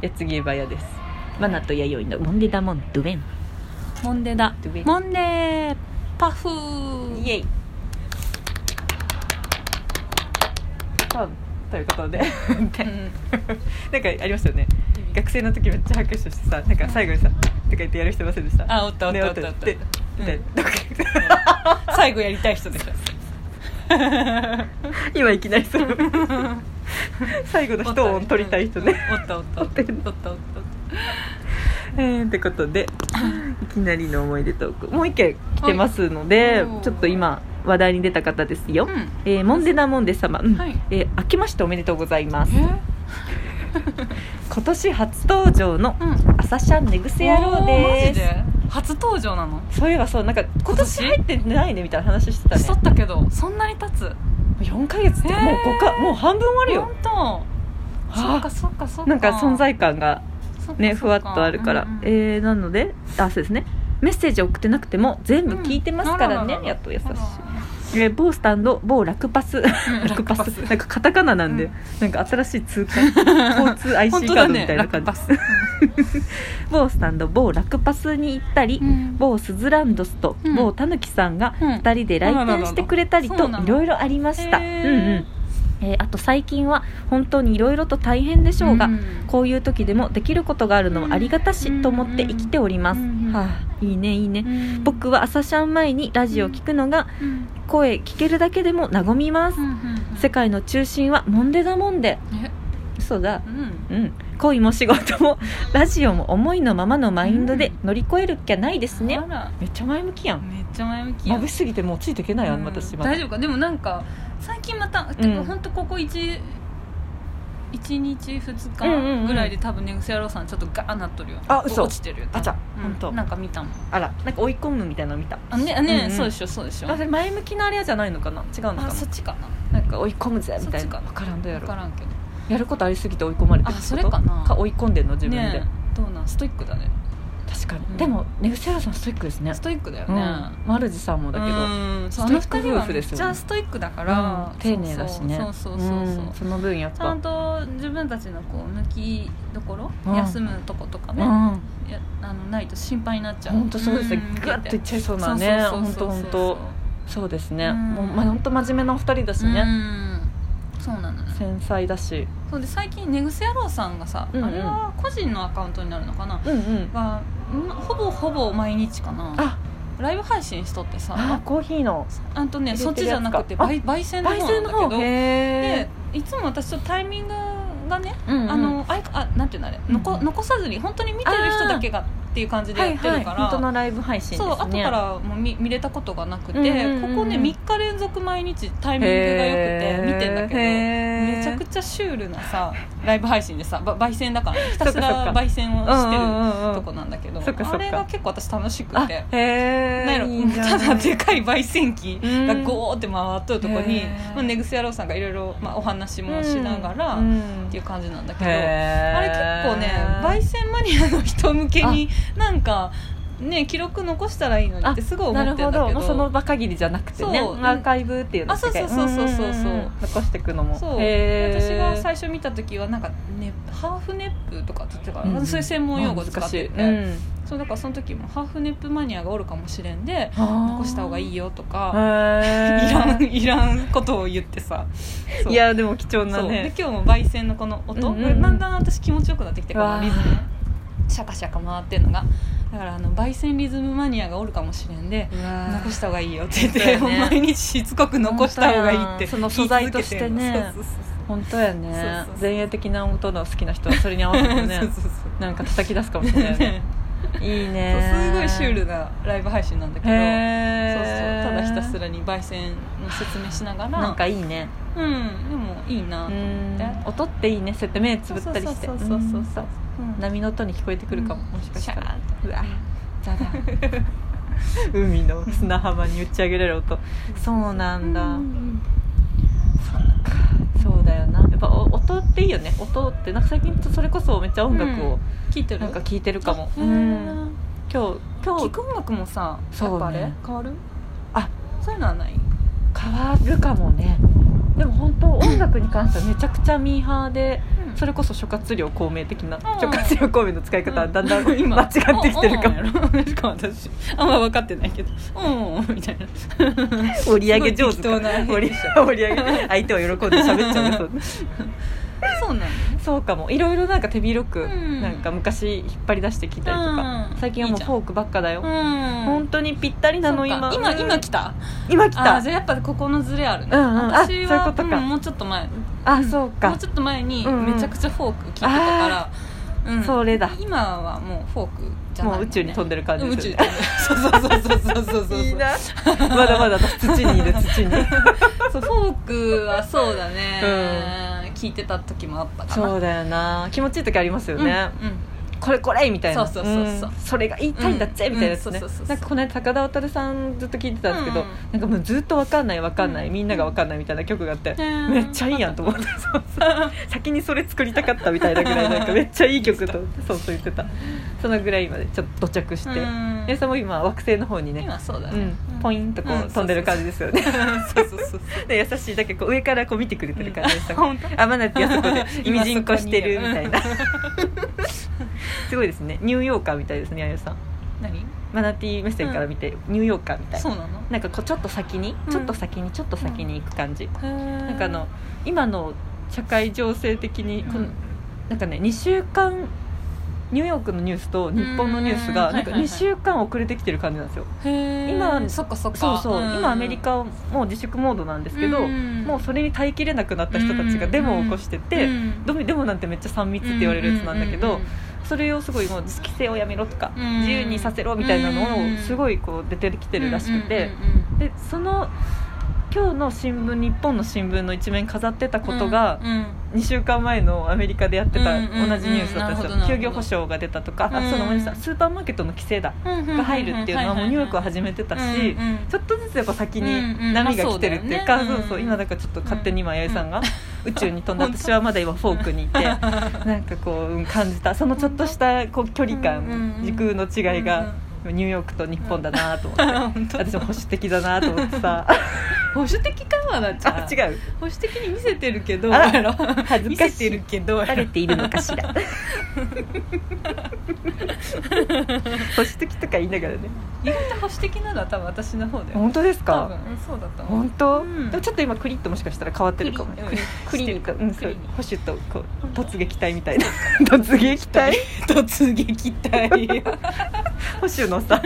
やつぎばやですマナと弥生のモンデダモンドゥベンモンデだドゥベンモンデーパフイエイパンということ ででうんなんかありましたよね学生の時めっちゃ拍手してさなんか最後にさ「とか言ってやる人いませんでしたあおったおっねたおったおったででうんどっか行った最後やりたい人でしょ今いきなりその 最後の一音取りたい 人ねおったおったおったおったおったおったえーってことでいきなりの思い出トークもう一件来てますので、はいちょっと今話題に出た方ですよ、うんえーモンデナモンデ様、うんはいえー明けましておめでとうございます今年初登場のうん朝シャンネグセ野郎おーマジですで初登場なのそういえばそうなんか今年入ってないねみたいな話してたねしとったけどそんなに経つ4ヶ月ってへーもう5かもう半分終わるよ本当そっはあかそっかそっかなんか存在感がそっかねそふわかっとあるから、うんうんえーなのであそうですねメッセージ送ってなくても全部聞いてますからね、うんやっと優しいあらららえー某スタンド某楽パ スら楽パス楽パスなんかカタカナなんで、うんなんか新しい通 貨交通 IC 本当カーだドねみたいな感じ、ラックパ某スタンド某楽パスに行ったり、スうん某スズランドスと、うん某タヌキさんがうん2人で来店してくれたりあらとらららいろいろありました、うへんーうんえーあと最近は本当にいろいろと大変でしょうが、んこういう時でもできることがあるのはありがたしと思って生きております、うんはあいいねいいね、うん僕は朝シャン前にラジオ聞くのがうん声聞けるだけでも和みますうんうんうん世界の中心はモンデだもんでえ嘘だううんん恋も仕事もラジオも思いのままのマインドでうん乗り越えるっきゃないですね、あらめっちゃ前向きやんめっちゃ前向きやん眩しすぎてもうついていけないやん、私うんまだ大丈夫かでもなんか最近またてうんか本当ここ1一日二うんうんうん日ぐらいで多分寝癖野郎さんちょっとガーなっとるよあ嘘落ちてるよあじゃうん本当なんか見たもんあらなんか追い込むみたいなの見たあねね、うんうんそうでしょそうでしょあそれ前向きなあれじゃないのかな違うのかなあそっちかななんか追い込むぜみたそいっちなか分からんどうや分ろからんけどやることありすぎて追い込まれてるってあことそれかな追い込んでんの自分で、ねえどうなんストイックだね確かに、うんでもネグセラさんストイックですねストイックだようね、ん、マルジさんもだけど、うんそスうあトイのック二人は夫婦めでっすよねちゃストイックだから、うん丁寧だしねそうそうそうそうそう、んその分やっちゃぱんと自分たちのこう向きどころ、うん休むとことかうね、んやあのないと心配になっちゃう本当そうですねんグッといっちゃいそうそなうねそう本そ当うそう本当そうですねうんもうまあ本当真面目なお二人だしそううねんそうなのよ繊細だしそうで最近寝癖野郎さんがさ、うんうんあれは個人のアカウントになるのかなうんうんがんほぼほぼ毎日かなあライブ配信しとってさあコーヒーのあんとね入れてるやつかそっちじゃなくてあ焙焙煎の焙方な煎んのだ方けどへでいつも私ちょっとタイミングがね、え、うんうんあのあいあなんていうんだあれ、う残んうん残さずに本当に見てる人だけがっていう感じではやいってるはいから、本当のライブ配信ですそうね後からも見見れたことがなくて、うんうんうんここね3日連続毎日タイミングが良くて見てんだけどめちゃくちゃシュールなさライブ配信でさば焙煎だからねひたすそっかそらっか焙煎をうんしうてるんうんうんとこなんだけど、そっかそっかあれが結構私楽しくあて。へえなんやろただでかい焙煎機がうんゴーって回っとるとこにへー、まあ、ネグス野郎さんがいろいろまあお話もしながら、っていう感じなんだけど、あれ結構ね焙煎マニアの人向けになんかね記録残したらいいのにってすごい思なってるんだほけど、まどあ、その場限りじゃなくてねアそうーカイブっていうのあそうそうそうそうそうそうんんんん残していくのもそうへ私ーが最初見た時はなんか、ね、ハーフネップとかって言ってたから、うんそういう専門用語使ってて、まあ難しいうんそうだからその時もハーフネップマニアがおるかもしれんで残した方がいいよとへか、 いらーんいらんことを言ってさそういやでも貴重なそうでね今日も焙煎のこの音、うんうんうんこれだんだん私気持ちよくなってきてこわのあリズムシャカシャカ回ってるのがだからあの焙煎リズムマニアがおるかもしれんで残した方がいいよって言って、 そうやね毎日しつこく残した方がいいってその素材としてね言い続けんのそうそうそう本当やそうねそうそう前衛的な音の好きな人はそれに合わせてねそうそうそうなんか叩き出すかもしれないよ ねいいそうねすごいシュールなライブ配信なんだけど、そうそうへーただひたすらに焙煎の説明しながらなんかいいねうんでもいいなと思って、うん音っていいねそうやって目つぶったりしてそうそうそうそうそううん波の音に聞こえてくるかももしかしたらうわザザ 海の砂浜に打ち上げられる音そうなんだ、そうだよなやっぱお音っていいよね音ってなんか最近それこそめっちゃ音楽を聞いてるなんか聴いてるかも、ううんん今日今聞日く音楽もさやそうねっぱあれ変わるあそういうのはない変わるかもねでも本当音楽に関してはめちゃくちゃミーハーでそれこそ諸葛亮孔明的なあ諸葛亮孔明の使い方はだんだんう 今間違ってきてるかもうんうんやろしかも私あんま分かってないけどうんうんみ たいな盛り上げ上手すごい適当な盛り 盛り上げ相手を喜んで喋っちゃうねそうそうなの そうかもいろいろなんか手広く、うんなんか昔引っ張り出してきたりとか、うん最近はもういいじゃんフォークばっかだよ、うん本当にぴったりなのそう今か今今来たた今来あたーじゃあやっぱここのズレあるね、うんうんあ私はそういうことかんもうちょっと前あそうもかうちょっと前にうんうんめちゃくちゃフォーク聞いてたから、うんそれだ今はもうフォークじゃないもう宇宙に飛んでる感じ宇です宙よにね飛んでるそうそうそうそうそうそういいなま だまだ私土にいる土にそうフォークはそうだね、聞いてた時もあったかなそうだよな気持ちいい時ありますよね、うんうんこれこれみたいなそうそうそうそうんそれが言いたいんだっちゃ、うんみたいなやつうんねそうそうそうそなうんかこの間高田渉さんずっと聞いてたんですけど、うんなんかもうずっとわかんないわかんない、うんみんながわかんないみたいな曲があって、うんめっちゃいいやんと思って、そう そう先にそれ作りたかったみたいなぐらいなんかめっちゃいい 曲とそうそう言ってたそのぐらいまでちょっと土着して、うんでその今惑星の方にね、今そうだうねん、、ポインとこう、うん飛んでる感じですよね そうそうそうで優しいだけこう上からこう見てくれてる感じでした、うん本当あまなちあそ こで意味人今そこ化にしてるみたいなすごいですねニューヨーカーみたいですねあゆさん何マナティー目線から見て、ニューヨーカーみたいそうなのなんかこうちょっと先に、うんちょっと先にちょっと先に行く感じ、ななんかあの今の社会情勢的にこの、うんなんかね2週間ニューヨークのニュースと日本のニュースうがんなんかはいはいはい2週間遅れてきてる感じなんですよ今今そっかそっかそうそう、ん今アメリカはもう自粛モードなんですけど、うんもうそれに耐えきれなくなった人たちがデモを起こしてて、うんでもデモなんてめっちゃ3密って言われるやつなんだけど、うんそれをすごいもう規制をやめろとか、うん自由にさせろみたいなのうをんすごいこう出てきてるらしくて、うんうんうんでその今日の新聞日本の新聞の一面飾ってたうんことが、うん2週間前のアメリカでやってたうんうんうん同じニュースだったんですよ、なるほどなるほど休業保障が出たとか、あうんそうだごめんなさいスーパーマーケットの規制だが入るっていうのはもうニューヨークは始めてたし、うんうんちょっとずつやっぱ先うんうにん波が来てるっていうか、まあそうだよねそうそううん今だからちょっと勝手に今弥生さんが宇宙に飛んだ本当私はまだ今フォークにい てなんかこううん感じたそのちょっとしたこう距離うんうんう感ん時空の違いがニューヨークと日本だなと思って。本 当私も保守的だなと思ってさ保守的かはなっちあゃん違う保守的に見せてるけどあらやろ恥ずかしい見せてるけどやろバレているのかしら保守的とか言いながらね意外と保守的なのは多分私の方だよ本当です多か分うんそうだと思う本当、うんでもちょっと今クリッともしかしたら変わってるかもねクリしてるかうんクそうリに保守とこう突撃隊みたい な突撃隊突撃 隊保守のさ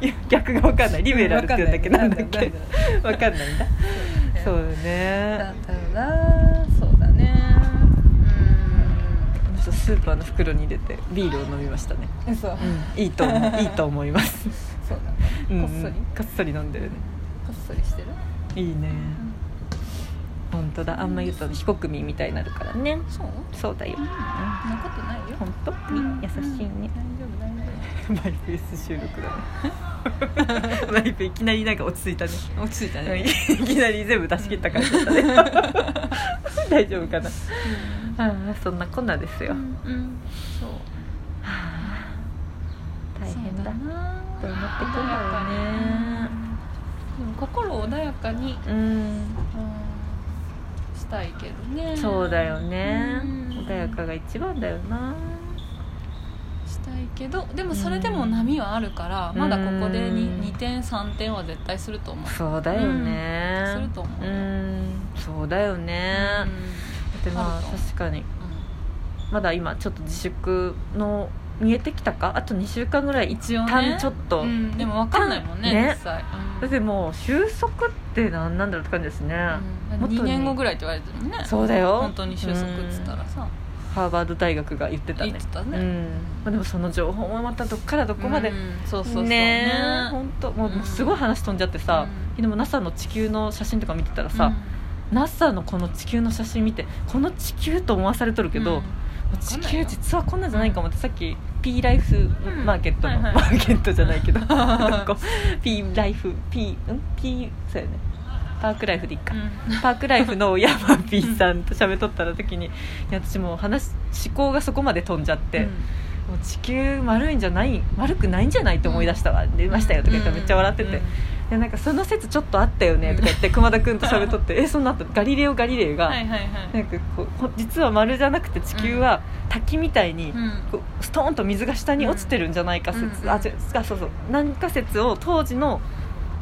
いや逆が分かんないリベラルって言うんだっけどなんだっけ分かんないんだそそううねだなそうだねちょっとスーパーの袋に入れてビールを飲みましたね、うん嘘そううん、いいと思 ういいと思います、だねうんこっそりこっそり飲んでるねこっそりしてるいいね本当だあんま言うと非国民みたいになるからねそうそうだよそんなことないよ本当に優しいね大丈夫大丈マイペース収録だねマイペーいきなりなんか落ち着いたね夫落ち着いたうんいねきなり全部出し切った感じだったね大丈夫かなああそんなこんなですようんそう大変だそうなどうなってくんだでも心穏やかろにうねうんうんしたいけどねそうだよねうん穏やかが一番だよなしたいけどでもそれでも波はあるからうんまだここでうん 2, 2点3点は絶対すると思うそうだよねうんすると思ううんそうだよねでまああると確かにまだ今ちょっと自粛の見えてきたかあと2週間ぐらい一一応ね旦ちょっと、うんうんでも分かんないもんねね実際だってもう収束って何なんだろうって感じですね、もっとね2年後ぐらいって言われてるもんねそうだよ本当に収束っつったうんらさハーバード大学が言ってたね言ってたねうんまあ、でもその情報もまたどっからどこまで、うんそうそうそうねえ本当もううんすごい話飛んじゃってさ、うんでも NASA の地球の写真とか見てたらさ、NASA のこの地球の写真見てこの地球と思わされとるけど、うんもう地球わかんないよ実はこんなんじゃないかもってさっき P ライフんマーケットの、はいはいマーケットじゃない けどなんか P ライフ P ん P そうやねパークライフでいいか、うんパークライフのヤマピーさんと喋っとったら時にいや私もう話思考がそこまで飛んじゃって、うんもう地球丸いんじゃない丸くないんじゃないって思い出したわ出ましたよとか言ったらめっちゃ笑ってて、うんいやなんかその説ちょっとあったよねとか言って熊田君と喋っとってえそんなあったガリレオ・ガリレイが、はいはいはいなんかこうほ実は丸じゃなくて地球は滝みたいに、うんこうストーンと水が下に落ちてるんじゃないか説、うんあ違うあそうそう何か説を当時の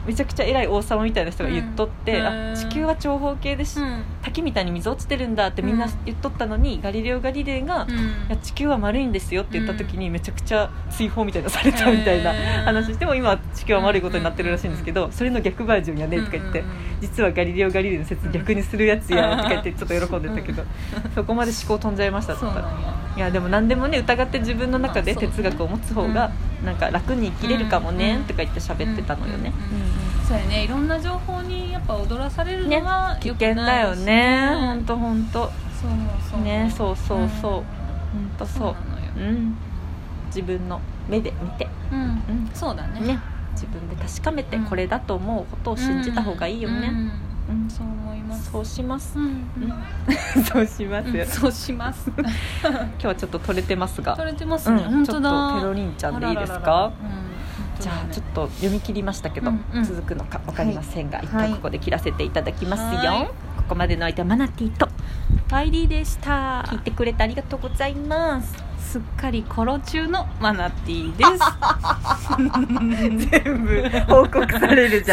めちゃくちゃ偉い王様みたいな人が言っとって、うんへあー地球は長方形でし、うん滝みたいに水落ちてるんだってみんなうん言っとったのに、ガリレオ・ガリレイが、ういんや地球は丸いんですよって言った時にめちゃくちゃ追放みたいなされたみたいなへー話しても今は地球は丸いことになってるらしいんですけど、それの逆バージョンやねとか言って、うんうんうん実はガリレオ・ガリレイの説逆にするやつやとか言ってちょっと喜んでたけど、そこまで思考飛んじゃいましたそうなんやいやでも何でもね疑って自分の中でまあそうね哲学を持つ方がなんか楽に生きれるかもねとか言って喋ってたのよね、うんそうやねいろんな情報にやっぱ踊らされるのは危良く険だないよしね本当本当そうそうねそうそうそう本当そそううなのようん自分の目で見てうんうんそうだねね自分で確かめてうんこれだと思うことを信じた方がいいようんね、うんうんそう思いますそうしますうんうん そうしまうんそうし ます今日はちょっと取れてますが取れてますね本当だちょっとペロリンちゃんでいいですかあららららうんじゃあちょっっと読み切りましたけど、うんうん続くのかわかりませんが、はい一回ここで切らせていただきますよ、はいここまでの相手はマナティーとと入りでした聞いてくれてありがとうございますすっかりコロ 中のマナティーです全部報告されるじゃん